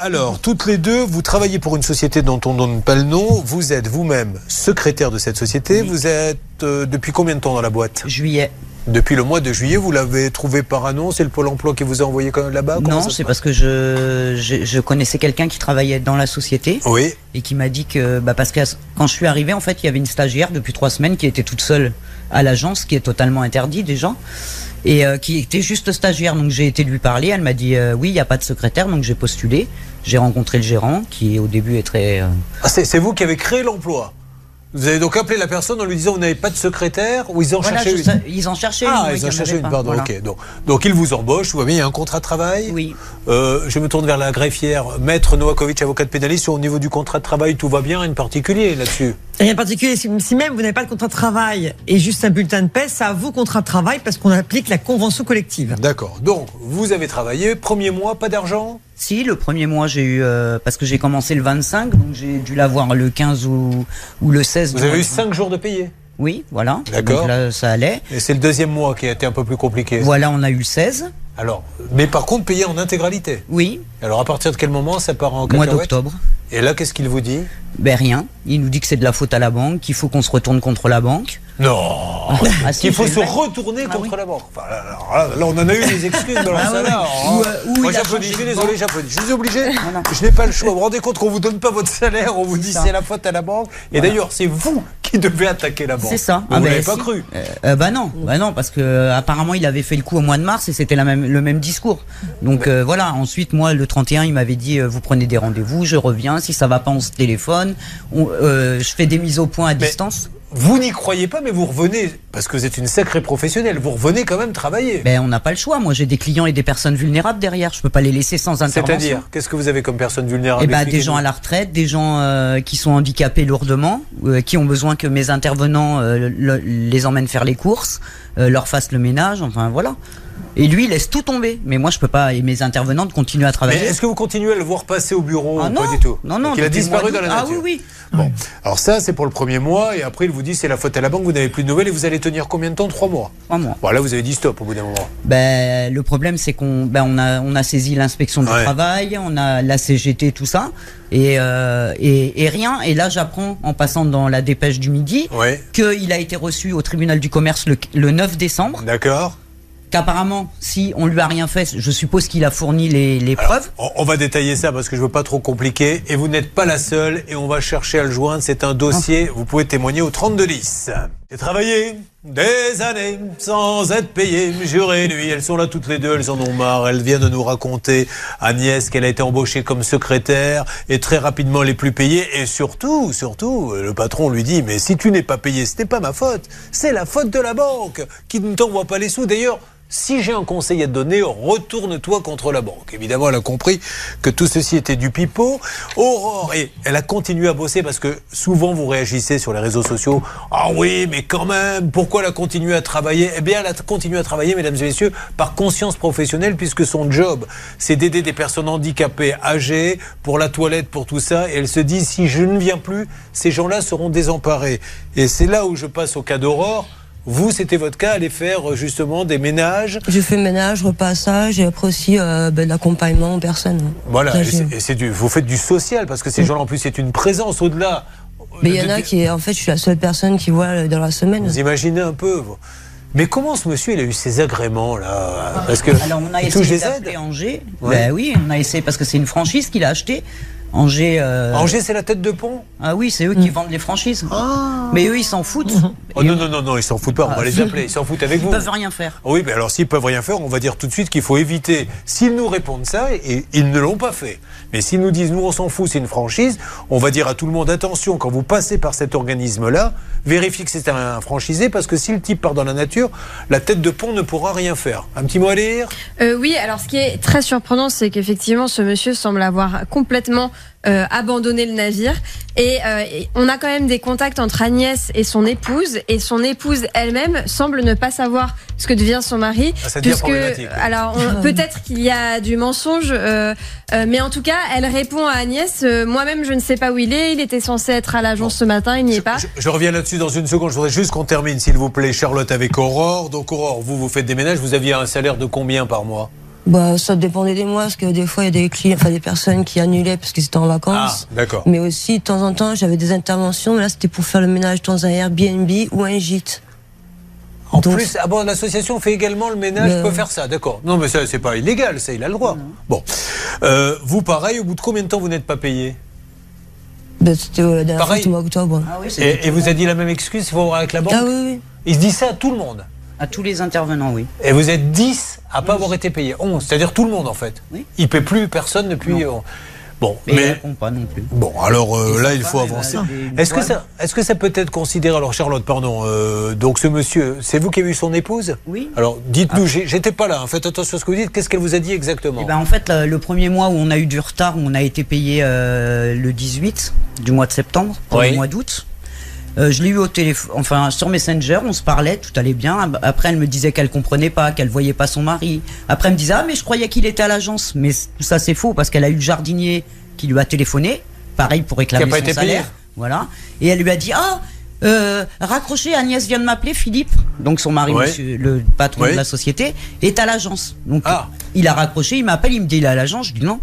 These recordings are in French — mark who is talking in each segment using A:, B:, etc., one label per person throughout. A: Alors, toutes les deux, vous travaillez pour une société dont on ne donne pas le nom. Vous êtes vous-même secrétaire de cette société. Vous êtes euh, depuis combien de temps dans la boîte
B: Juillet.
A: Depuis le mois de juillet, vous l'avez trouvé par annonce. C'est le Pôle emploi qui vous a envoyé quand- là-bas Comment
B: non,
A: ça se
B: c'est
A: passe
B: parce que je, je, je connaissais quelqu'un qui travaillait dans la société
A: Oui,
B: et qui m'a dit que, bah, parce que quand je suis arrivé, en fait, il y avait une stagiaire depuis trois semaines qui était toute seule à l'agence, qui est totalement interdit déjà, et euh, qui était juste stagiaire. Donc j'ai été lui parler, elle m'a dit euh, oui, il n'y a pas de secrétaire, donc j'ai postulé. J'ai rencontré le gérant qui, au début, est très. euh,
A: Ah, c'est c'est vous qui avez créé l'emploi. Vous avez donc appelé la personne en lui disant vous n'avez pas de secrétaire ou ils en
B: Voilà,
A: cherchaient
B: je
A: une.
B: sais- ils en cherchaient une.
A: Ah,
B: oui,
A: ils
B: qu'il y
A: en
B: en
A: cherchaient
B: avait
A: une,
B: pas.
A: pardon.
B: Voilà.
A: Ok, donc, donc ils vous embauchent, vous voyez, il y a un contrat de travail.
B: Oui.
A: Euh, je me tourne vers la greffière. Maître Novakovic, avocat de pénaliste, au niveau du contrat de travail, tout va bien, rien de particulier là-dessus.
C: Rien de particulier. Si si même vous n'avez pas de contrat de travail et juste un bulletin de paie, ça a vos contrats de travail parce qu'on applique la convention collective.
A: D'accord. Donc, vous avez travaillé, premier mois, pas d'argent
B: Si, le premier mois, j'ai eu. euh, parce que j'ai commencé le 25, donc j'ai dû l'avoir le 15 ou, ou le 16.
A: Vous
B: du mois
A: avez eu
B: de-
A: 5 jours de payé.
B: Oui, voilà.
A: D'accord.
B: Donc là, ça allait.
A: Et c'est le deuxième mois qui a été un peu plus compliqué.
B: Voilà, on a eu le 16.
A: Alors, mais par contre, payé en intégralité.
B: Oui,
A: Alors, à partir de quel moment ça part en
B: mois
A: cacahuète
B: d'octobre.
A: Et là, qu'est-ce qu'il vous dit
B: Ben rien. Il nous dit que c'est de la faute à la banque, qu'il faut qu'on se retourne contre la banque.
A: Non
B: Ah, si,
A: Il Oh, faut
B: c'est
A: se
B: vrai.
A: retourner
B: Ah
A: contre
B: oui.
A: la banque. Enfin, là, alors là, là, on en a eu des excuses. mais alors
B: Ah
A: ça,
B: ouais,
A: là,
B: ouais.
A: oh.
B: Ou, euh, ou
A: Moi,
B: il a
A: j'applaudis.
B: changé
A: Je suis
B: de
A: désolé,
B: banque.
A: j'applaudis. Je suis obligé.
B: Voilà.
A: Je n'ai pas le choix. Vous vous rendez compte qu'on vous donne pas votre salaire, on vous
B: C'est
A: dit
B: ça.
A: c'est la faute à la banque. Et d'ailleurs, c'est vous qui devez attaquer la banque.
B: C'est ça.
A: Mais
B: Ah
A: vous
B: ben
A: l'avez pas
B: si.
A: cru.
B: Euh, euh, ben non, ben non, parce que euh, apparemment il avait fait le coup au mois de mars et c'était la même, le même discours. Donc euh, voilà. Ensuite, moi, le 31, il m'avait dit euh, vous prenez des rendez-vous, je reviens. Si ça va pas, on se téléphone. On- euh, je fais des mises au point à distance.
A: Vous n'y croyez pas, mais vous revenez, parce que vous êtes une sacrée professionnelle, vous revenez quand même travailler.
B: Ben on n'a pas le choix. Moi, j'ai des clients et des personnes vulnérables derrière. Je peux pas les laisser sans intervention.
A: C'est-à-dire, qu'est-ce que vous avez comme personne vulnérable
B: Eh ben, des
A: Expliquez-nous.
B: gens à la retraite, des gens euh, qui sont handicapés lourdement, euh, qui ont besoin que mes intervenants euh, le- les emmènent faire les courses, euh, leur fassent le ménage, enfin voilà. Et lui, il laisse tout tomber. Mais moi, je peux pas, et mes intervenantes continuent à
A: Mais
B: travailler.
A: est-ce que vous continuez à le voir passer au bureau
B: Ah
A: ou
B: non,
A: Pas du tout.
B: non, non,
A: Donc, il a
B: depuis le
A: disparu
B: mois
A: dans la
B: d'août.
A: nature.
B: Ah oui, oui.
A: Bon, alors ça, c'est pour le premier mois, et après, il vous dit c'est la faute à la banque, vous n'avez plus de nouvelles, et vous allez tenir combien de temps Trois mois.
B: Trois mois.
A: Bon, là, vous avez dit stop au bout d'un moment.
B: Ben, le problème, c'est qu'on ben, on a, on a saisi l'inspection du
A: Ouais.
B: travail, on a la CGT, tout ça, et, euh, et, et rien. Et là, j'apprends en passant dans la dépêche du midi
A: Ouais.
B: qu'il a été reçu au tribunal du commerce le- le 9 décembre.
A: D'accord
B: qu'apparemment, si on lui a rien fait, je suppose qu'il a fourni les, les preuves.
A: On, on va détailler ça parce que je veux pas trop compliquer. Et vous n'êtes pas la seule et on va chercher à le joindre. C'est un dossier. Vous pouvez témoigner au 3210. J'ai travaillé des années sans être payé, jour et nuit. Elles sont là toutes les deux. Elles en ont marre. Elles viennent de nous raconter, Agnès, qu'elle a été embauchée comme secrétaire et très rapidement les plus payées. Et surtout, surtout, le patron lui dit, mais si tu n'es pas payé, ce n'est pas ma faute. C'est la faute de la banque qui ne t'envoie pas les sous. D'ailleurs, si j'ai un conseil à te donner, retourne-toi contre la banque. Évidemment, elle a compris que tout ceci était du pipeau. Aurore, et elle a continué à bosser parce que souvent vous réagissez sur les réseaux sociaux. Ah oui, mais quand même, pourquoi elle a continué à travailler Eh bien, elle a continué à travailler, mesdames et messieurs, par conscience professionnelle, puisque son job, c'est d'aider des personnes handicapées, âgées, pour la toilette, pour tout ça. Et elle se dit, si je ne viens plus, ces gens-là seront désemparés. Et c'est là où je passe au cas d'Aurore. Vous, c'était votre cas, aller faire euh, justement des ménages.
D: Je fais ménage, repassage et après aussi euh, ben, de l'accompagnement aux personnes. ouais.
A: Voilà,
D: Ça,
A: et
D: j'ai-
A: c'est- et c'est du, vous faites du social parce que ces gens-là, en plus, c'est une présence au-delà.
D: Mm. Mais il y en
A: De-
D: a qui, en fait, je suis la seule personne qui voit euh, dans la semaine.
A: Vous imaginez un peu. vous. Mais comment ce monsieur, il a eu ces agréments là Parce que
B: Ah, Alors on a
A: il touche
B: essayé
A: des aides.
B: d'appeler Angers.
A: Ouais.
B: Ben oui, on a essayé parce que c'est une franchise qu'il a achetée. Angers. euh,
A: Angers, c'est la tête de pont
B: Ah oui, c'est eux qui vendent les franchises. Mais eux, ils s'en foutent.
A: Ah. Oh
B: Et
A: non, non, non, non, ils s'en foutent pas. On va les appeler. Ils s'en foutent avec
B: Ah, Ils
A: vous.
B: peuvent rien faire.
A: Oui, mais alors s'ils peuvent rien faire, on va dire tout de suite qu'il faut éviter. S'ils nous répondent ça, et ils ne l'ont pas fait. Mais s'ils nous disent nous on s'en fout, c'est une franchise, on va dire à tout le monde attention quand vous passez par cet organisme-là, vérifiez que c'est un franchisé parce que si le type part dans la nature, la tête de pont ne pourra rien faire. Un petit mot à lire.
E: Euh, oui, alors ce qui est très surprenant, c'est qu'effectivement, ce monsieur semble avoir complètement euh, abandonné le navire. Et, euh, et on a quand même des contacts entre Agnès et son épouse. Et son épouse elle-même semble ne pas savoir ce que devient son mari.
A: Ah, ça devient problématique, oui.
E: alors on- peut-être qu'il y a du mensonge, euh, euh, mais en tout cas, elle répond à Agnès euh, Moi-même, je ne sais pas où il est. Il était censé être à l'agence ce matin, il n'y est pas.
A: Je, je reviens là-dessus dans une seconde. Je voudrais juste qu'on termine, s'il vous plaît, Charlotte, avec Aurore. Donc Aurore, vous, vous faites des ménages. Vous aviez un salaire de combien par mois
D: Bah, ça dépendait des mois, parce que des fois, il y a des clients, enfin, des personnes qui annulaient parce qu'ils étaient en vacances.
A: Ah, d'accord.
D: Mais aussi, de temps en temps, j'avais des interventions, mais là, c'était pour faire le ménage dans un Airbnb ou un gîte.
A: En
D: Donc-
A: plus, ah bon, l'association fait également le ménage,
D: Mais-
A: peut faire ça, d'accord. Non, mais ça, c'est pas illégal, ça, il a le droit. Bon. Euh, vous, pareil, au bout de combien de temps vous n'êtes pas payé
D: Bah, c'était euh, la dernière fois,
A: Pareil.
D: c'était au mois d'octobre.
B: Ah oui, c'était
A: et, et vous avez dit la même excuse, il faut voir avec la banque
D: Ah oui, oui.
A: Il se dit ça à tout le monde.
B: à tous les intervenants, oui.
A: Et vous êtes 10 à pas avoir été payé. 11, c'est-à-dire tout le monde, en fait.
B: Oui.
A: Il ne paie plus personne depuis. euh, Bon,
B: Mais, ils
A: mais.
B: répondent pas non plus.
A: Bon, alors euh,
B: Ils
A: là,
B: sont
A: il
B: pas
A: faut
B: mal
A: avancer.
B: évalués, une
A: Est-ce que,
B: fois.
A: ça, est-ce que ça peut être considéré. Alors, Charlotte, pardon, euh, donc ce monsieur, c'est vous qui avez eu son épouse
B: Oui. Ah.
A: Alors, dites-nous, j'ai- j'étais pas là, hein, faites attention à ce que vous dites, qu'est-ce qu'elle vous a dit exactement
B: Eh ben, en fait, le, le premier mois où on a eu du retard, où on a été payé euh, le 18 du mois de septembre pour
A: Oui.
B: le mois d'août. euh, je l'ai eu au téléphone, enfin sur Messenger, on se parlait, tout allait bien. Après, elle me disait qu'elle comprenait pas, qu'elle voyait pas son mari. Après, elle me disait ah mais je croyais qu'il était à l'agence, mais c- tout ça c'est faux parce qu'elle a eu le jardinier qui lui a téléphoné, pareil pour réclamer
A: Qui a pas
B: son
A: été payé.
B: salaire, voilà. Et elle lui a dit ah euh, raccrochez, Agnès vient de m'appeler, Philippe, donc son mari,
A: Ouais.
B: monsieur- le patron
A: Oui.
B: de la société, est à l'agence. Donc
A: Ah.
B: il a raccroché, il m'appelle, il me dit il est à l'agent, je dis non.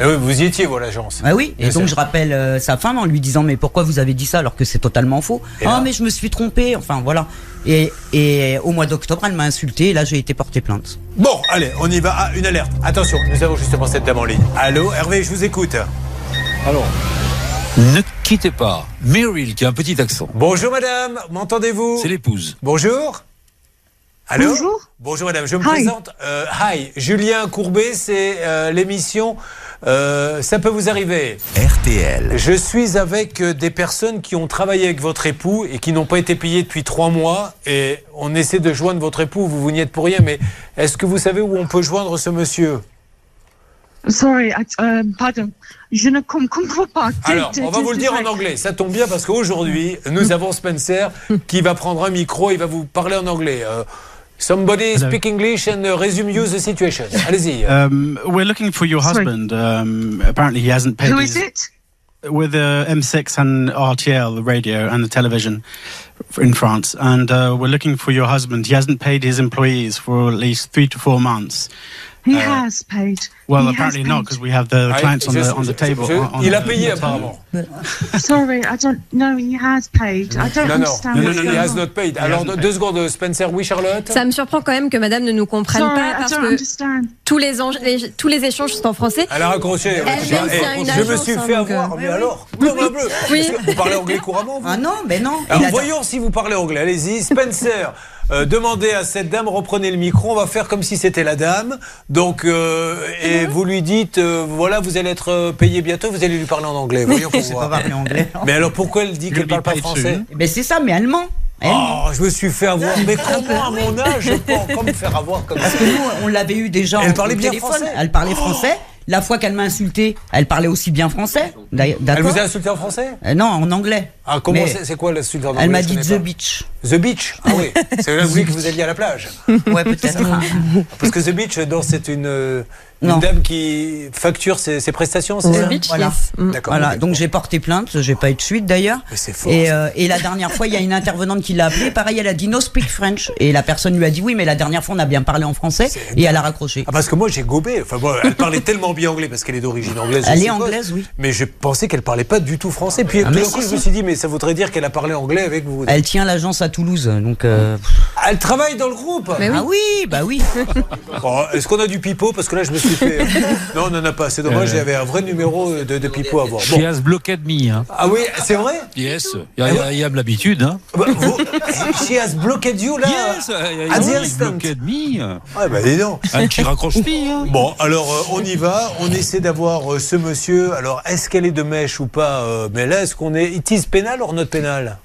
A: Eh oui, vous y étiez, vous, à l'agence.
B: Ah oui,
A: Bien
B: et donc
A: sûr.
B: je rappelle euh, sa femme en lui disant mais pourquoi vous avez dit ça alors que c'est totalement faux
A: Et là
B: Ah mais je me suis trompé, enfin voilà. Et, et au mois d'octobre elle m'a insulté et là j'ai été porté plainte.
A: Bon, allez, on y va. Ah, une alerte. Attention, nous avons justement cette dame en ligne. Allô, Hervé, je vous écoute.
F: Alors, ne quittez pas Meryl qui a un petit accent.
A: Bonjour, madame, m'entendez-vous
F: C'est l'épouse.
A: Bonjour. Allô
G: Bonjour.
A: Bonjour, madame, je me
G: Hi.
A: présente. Euh, hi, Julien Courbet, c'est euh, l'émission euh, Ça peut vous arriver.
H: RTL.
A: Je suis avec euh, des personnes qui ont travaillé avec votre époux et qui n'ont pas été payées depuis trois mois. Et on essaie de joindre votre époux, vous vous n'y êtes pour rien, mais est-ce que vous savez où on peut joindre ce monsieur
G: Sorry, att- euh, pardon. Je ne com- comprends pas.
A: Alors, on va vous le dire en anglais. Ça tombe bien parce qu'aujourd'hui, nous avons Spencer qui va prendre un micro et va vous parler en anglais. Euh, somebody speak English and uh, resume you the situation. Allez-y.
I: Um, we're looking for your
G: Sorry.
I: husband. Um, apparently, he hasn't paid.
G: Who is
I: his-
G: it?
I: We're the M6 and RTL, the radio and the television f- in France, and uh, we're looking for your husband. He hasn't paid his employees for at least three to four months.
G: He
I: Uh,
G: has paid.
I: Well,
G: He has
I: apparently
G: paid.
I: not, because we have the
A: Ah,
I: clients on
A: je-
I: the on the
A: je-
I: table.
A: je-
I: on- on
A: il a
I: the-
A: payé
I: the table.
A: apparemment.
G: Sorry, I don't know. He has paid. I don't
A: Non, non.
G: understand. what's
A: he
G: going
A: has
G: on.
A: not paid. Alors,
I: hasn't
A: deux
I: paid.
A: deux secondes, Spencer. Oui, Charlotte
E: Ça me surprend quand même que madame ne nous comprenne
G: Sorry,
E: pas
G: I
E: parce
G: don't
E: que
G: understand.
E: tous les, enje- les- tous les échanges sont en français.
A: Elle a raccroché.
E: Elle vient de
A: Eh,
E: faire une
A: je me
E: agence,
A: suis
E: hein,
A: fait
E: donc, euh,
A: avoir.
E: oui,
A: mais alors Comme un bleu.
E: Oui.
A: Parce que Vous parlez anglais couramment, vous
B: Ah non mais non.
A: Alors,
B: il a-
A: voyons si vous parlez anglais. Allez-y, Spencer. euh, demandez à cette dame, reprenez le micro. On va faire comme si c'était la dame. Donc, euh,
B: Mhm.
A: et vous lui dites, euh, voilà, vous allez être euh, payé bientôt. Vous allez lui parler en anglais. Voyons pour
B: Je sais pas
A: voir.
B: parler anglais.
A: Mais alors, pourquoi elle dit qu'elle
I: be
A: parle pas
I: paid
A: français
I: soon.
B: Mais c'est ça, mais allemand. Eh Allemand.
A: Oh, je me suis fait avoir. Mais comment à mon âge je peux encore me faire avoir comme ça
B: Parce que nous, on l'avait eu déjà
A: Elle
B: en-
A: parlait
B: au
A: bien
B: téléphone.
A: français. Oh.
B: Elle parlait français. La fois qu'elle m'a insulté, elle parlait aussi bien français. D'ailleurs-
A: Elle
B: d'accord
A: vous a insulté en français
B: Euh, Non, en anglais.
A: Ah, comment
B: Mais
A: c'est c'est quoi le sud en
B: Elle
A: anglais,
B: m'a
A: je
B: dit
A: connais
B: The
A: pas.
B: Beach.
A: The Beach. Ah oui, c'est là que vous alliez à la plage.
B: Ouais, peut-être.
A: Parce que The Beach, non, c'est une, euh, une
B: Non.
A: dame qui facture ses, ses prestations, c'est ça
E: Le beach,
B: Voilà.
E: yes. Mm.
A: D'accord.
B: Voilà,
A: ok.
B: donc j'ai porté plainte, j'ai pas eu de suite d'ailleurs.
A: Mais c'est fort,
B: Et,
A: ça.
B: euh, et la dernière fois, il y a une intervenante qui l'a appelée, pareil, elle a dit no speak French. Et la personne lui a dit oui, mais la dernière fois, on a bien parlé en français. Et elle a raccroché.
A: Ah, parce que moi j'ai gobé. Enfin, moi, elle parlait tellement bien anglais parce qu'elle est d'origine anglaise. je
B: Elle est
A: suppose.
B: anglaise, oui. Ah,
A: Mais je pensais qu'elle parlait pas du tout français. Puis tout
B: mais
A: d'un
B: si,
A: coup, je
B: si.
A: me suis dit, mais ça voudrait dire qu'elle a parlé anglais avec vous. Elle,
B: Elle tient l'agence à Toulouse, donc. euh,
A: travaille dans le groupe.
E: Mais oui.
B: Ah oui, bah oui.
A: Oh, Est-ce qu'on a du pipeau Parce que là, je me suis fait. non, on n'en a pas. C'est dommage,
F: Euh.
A: j'avais un vrai numéro de, de pipeau à voir.
F: She
A: Bon.
F: has blocked me. Hein.
A: Ah oui, c'est vrai
F: Yes. Il y a, il y a- il y a de l'habitude. Hein.
A: Bah, vous- She has blocked you là
F: Yes.
A: At the
F: She
A: instant.
F: blocked me.
A: Ouais, bah dis donc.
F: Ah, qui raccroche me. Hein.
A: Bon, alors euh, on y va, on essaie d'avoir euh, ce monsieur. Alors, est-ce qu'elle est de mèche ou pas euh, Mais là, est-ce qu'on est. It is pénal ou not pénal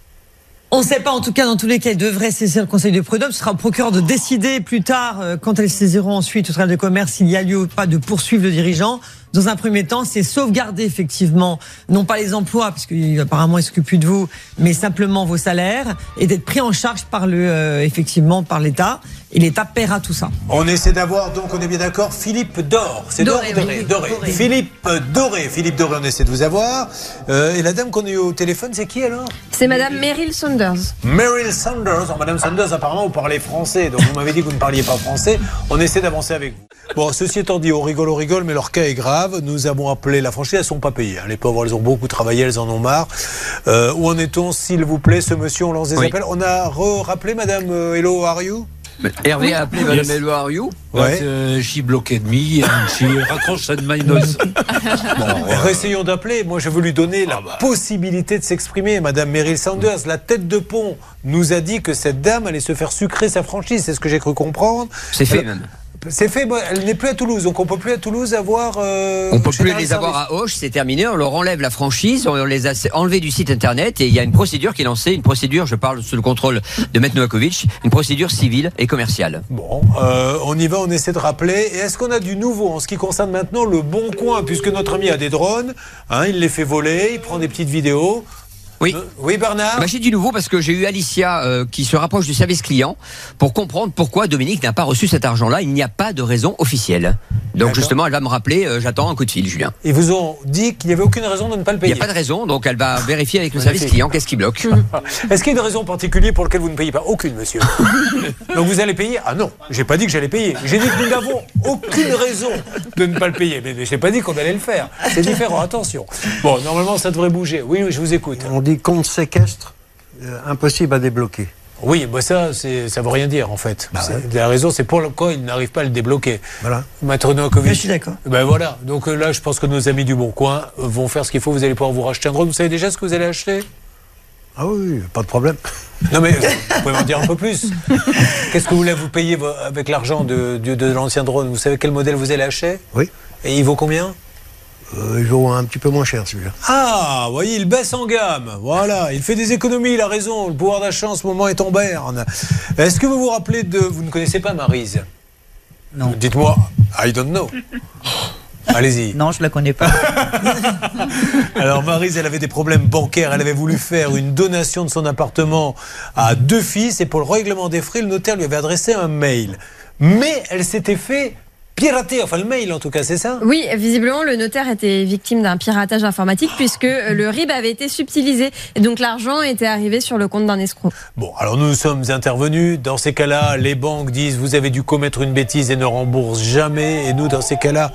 C: On ne sait pas, en tout cas, dans tous les cas, il devrait saisir le conseil de prud'homme. Ce sera au procureur de décider plus tard, euh, quand elles saisiront ensuite au tribunal de commerce, s'il y a lieu ou pas de poursuivre le dirigeant. Dans un premier temps, c'est sauvegarder effectivement, non pas les emplois, parce qu'apparemment il ne s'occupe plus de vous, mais simplement vos salaires, et d'être pris en charge par le, euh, effectivement, par l'État. Et l'État paiera tout ça.
A: On essaie d'avoir, donc on est bien d'accord, Philippe Dor. C'est Dor
B: Doré,
A: ou
B: oui,
A: Doré,
B: oui,
A: Doré.
B: Doré.
A: Philippe euh, Doré. Philippe Doré, on essaie de vous avoir. Euh, et la dame qu'on a eu au téléphone, c'est qui alors
E: C'est madame Meryl Saunders.
A: Meryl Oh, Sanders. Alors, Madame Sanders, apparemment, vous parlez français, donc vous m'avez dit que vous ne parliez pas français. On essaie d'avancer avec vous. Bon, ceci étant dit, on rigole, on rigole, mais leur cas est grave. Nous avons appelé la franchise, elles ne sont pas payées. hein. Les pauvres, elles ont beaucoup travaillé, elles en ont marre. Euh, où en est-on, s'il vous plaît, ce monsieur, on lance des
H: Oui.
A: appels. On a rappelé Madame euh, Hello, how are you
H: Mais Hervé a appelé Madame Eloario.
A: Ouais.
F: But, uh, she blocked me and she raccroche at my nose.
H: Ah,
A: Essayons d'appeler. Moi, je veux lui donner la
H: bah.
A: possibilité de s'exprimer. Madame Meryl Sanders, la tête de pont, nous a dit que cette dame allait se faire sucrer sa franchise. C'est ce que j'ai cru comprendre. Euh,
H: C'est fait même.
A: C'est fait, bah, elle n'est plus à Toulouse, donc on peut plus à Toulouse avoir. euh,
H: On peut plus
A: général
H: les
A: service.
H: avoir à Hoche, c'est terminé. On leur enlève la franchise, on les a enlevés du site internet et il y a une procédure qui est lancée. Une procédure, je parle sous le contrôle de Maître Novakovic, une procédure civile et commerciale.
A: Bon, euh, on y va, on essaie de rappeler. Et est-ce qu'on a du nouveau en ce qui concerne maintenant le bon coin, puisque notre ami a des drones, hein, il les fait voler, il prend des petites vidéos.
H: Oui.
A: Euh, oui, Bernard.
H: Bah, j'ai du nouveau parce que j'ai eu Alicia euh, qui se rapproche du service client pour comprendre pourquoi Dominique n'a pas reçu cet argent-là. Il n'y a pas de raison officielle.
A: D'accord.
H: Donc justement, elle va me rappeler, euh, j'attends un coup de fil, Julien.
A: Ils vous ont dit qu'il n'y avait aucune raison de ne pas le
H: Il n'y
A: payer.
H: a pas de raison, donc elle va vérifier avec le
A: Magnifique.
H: service client qu'est-ce qui bloque.
A: Est-ce qu'il y a une raison particulière pour laquelle vous ne payez pas Aucune, monsieur. Donc vous allez payer Ah non, j'ai pas dit que j'allais payer. J'ai dit que nous n'avons aucune raison de ne pas le payer. Mais, mais j'ai pas dit qu'on allait le faire. C'est différent, attention. Bon, normalement, ça devrait bouger. Oui, oui, je vous écoute.
J: On dit compte séquestre, euh, impossible à débloquer.
A: Oui, bah ça, c'est- ça veut rien dire en fait.
C: Bah
A: C'est- La raison, c'est pour quoi ils n'arrivent pas à le débloquer.
J: Voilà.
A: Maître
C: Mais
A: Novakovic.
C: je suis d'accord.
A: Ben voilà. Donc euh, là, je pense que nos amis du Bon Coin euh, vont faire ce qu'il faut. Vous allez pouvoir vous racheter un drone. Vous savez déjà ce que vous allez acheter
J: Ah oui, pas de problème.
A: Non mais vous pouvez m'en dire un peu plus. Qu'est-ce que vous voulez vous payer vo- avec l'argent de, de- de l'ancien drone Vous savez quel modèle vous allez acheter
J: Oui.
A: Et il vaut combien
J: Euh, ils auront un petit peu moins cher celui-là.
A: Ah, voyez, il baisse en gamme. Voilà, il fait des économies, il a raison. Le pouvoir d'achat en ce moment est en berne. Est-ce que vous vous rappelez de... Vous ne connaissez pas Marise
B: Non.
A: Dites-moi, I don't know. Allez-y.
B: Non, je la connais pas.
A: Alors Marise, elle avait des problèmes bancaires, elle avait voulu faire une donation de son appartement à deux fils et pour le règlement des frais, le notaire lui avait adressé un mail. Mais elle s'était fait pirater, enfin le mail en tout cas, c'est ça
E: Oui, visiblement, le notaire était victime d'un piratage informatique puisque euh, le RIB avait été subtilisé. Et donc, l'argent était arrivé sur le compte d'un escroc.
A: Bon, alors nous sommes intervenus. Dans ces cas-là, les banques disent vous avez dû commettre une bêtise et ne remboursent jamais. Et nous, dans ces cas-là,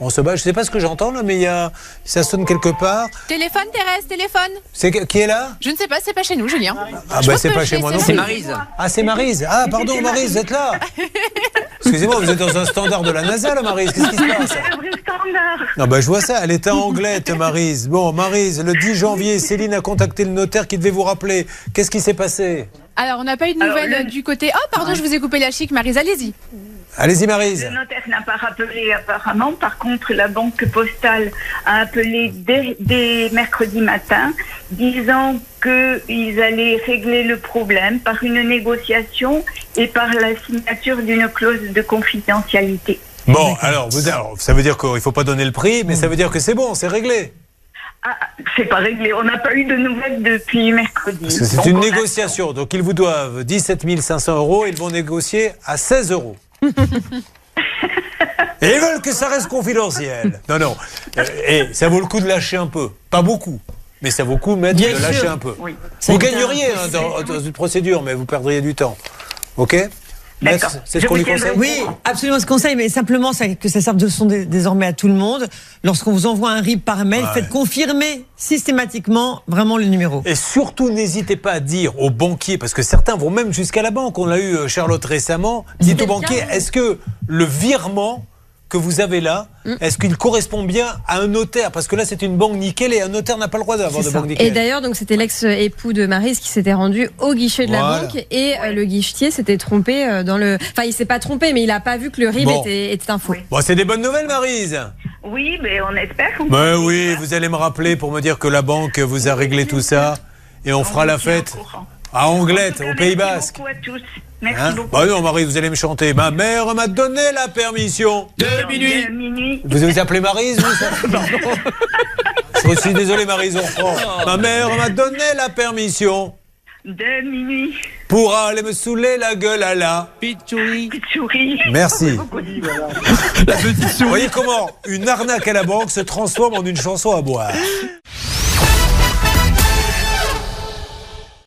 A: on se bat. Je ne sais pas ce que j'entends là, mais il y a... ça sonne quelque part.
K: Téléphone, Thérèse, téléphone.
A: C'est qui est là
K: Je ne sais pas, c'est pas chez nous, Julien.
A: Ah
K: Je
A: bah
K: pense
A: c'est
K: que
A: pas chez moi non
H: C'est
A: plus.
H: Marise.
A: Ah, c'est Marise. Ah, pardon, Marise, vous êtes là. Excusez-moi, vous êtes dans un standard de la NASA, là, Marise. Qu'est-ce qui se passe Non, bah, je vois ça. Elle était en anglette, Marise. Bon, Marise, le 10 janvier, Céline a contacté le notaire qui devait vous rappeler. Qu'est-ce qui s'est passé
K: Alors, on n'a pas eu de nouvelles euh, du côté. Oh, pardon, je vous ai coupé la chic, Marise, allez-y.
A: Allez-y, Marise.
L: Le notaire n'a pas rappelé apparemment. Par contre, la banque postale a appelé dès, dès mercredi matin, disant qu'ils allaient régler le problème par une négociation et par la signature d'une clause de confidentialité.
A: Bon, alors, vous- alors, ça veut dire qu'il ne faut pas donner le prix, mais ça veut dire que c'est bon, c'est réglé.
L: Ah, c'est pas réglé. On n'a pas eu de nouvelles depuis mercredi.
A: Parce que c'est
L: Donc,
A: une
L: on a-
A: négociation. Donc, ils vous doivent 17 500 euros. Ils vont négocier à 16 euros. Et ils veulent que ça reste confidentiel. Non, non. Euh, Et ça vaut le coup de lâcher un peu. Pas beaucoup. Mais ça vaut le coup maître,
C: Bien
A: de
C: sûr.
A: lâcher un peu.
L: Oui.
A: Vous gagneriez hein, dans, dans une procédure, mais vous perdriez du temps. OK Maître,
L: D'accord.
A: c'est ce
L: Je
A: qu'on
L: vous
A: lui
L: tiendrai
A: conseille
L: au
C: Oui, absolument ce conseil, mais simplement ça- que ça serve de son dé- désormais à tout le monde. Lorsqu'on vous envoie un RIB par mail, faites confirmer systématiquement vraiment le numéro.
A: Et surtout, n'hésitez pas à dire aux banquiers, parce que certains vont même jusqu'à la banque. On a eu euh, Charlotte récemment. Dites aux
E: bien,
A: banquiers,
E: oui.
A: est-ce que le virement que vous avez là,
E: Mm.
A: est-ce qu'il correspond bien à un notaire Parce que là, c'est une banque nickel et un notaire n'a pas le droit d'avoir de
C: C'est ça.
A: banque
E: Et
A: nickel.
E: d'ailleurs, donc c'était l'ex-époux de Marise qui s'était rendu au guichet de
A: Voilà.
E: la banque et euh, le guichetier s'était trompé euh, dans le. Enfin, il s'est pas trompé, mais il a pas vu que le RIB
A: Bon.
E: était, était un faux.
A: Bon, c'est des bonnes nouvelles, Marise
L: Oui, mais on espère. qu'on-
A: Ben oui, vous allez me rappeler pour me dire que la banque vous a réglé tout ça et on fera
L: vous
A: la
L: tient au
A: fête
L: courant.
A: à
L: En
A: Anglette,
L: tout cas,
A: au Pays
L: merci
A: Basque.
L: beaucoup à tous. Merci
A: Hein
L: beaucoup.
A: bah non, Marise, vous allez me chanter. Ma mère m'a donné la permission.
L: Dans deux minuit.
A: Vous vous appelez Marise, vous ça Pardon. Je suis désolé, Marise, on reprend. Ma mère m'a donné la permission
L: De minuit.
A: pour aller me saouler la gueule à la.
L: Petite souris.
A: Merci.
H: La petite
A: Vous voyez comment une arnaque à la banque se transforme en une chanson à boire.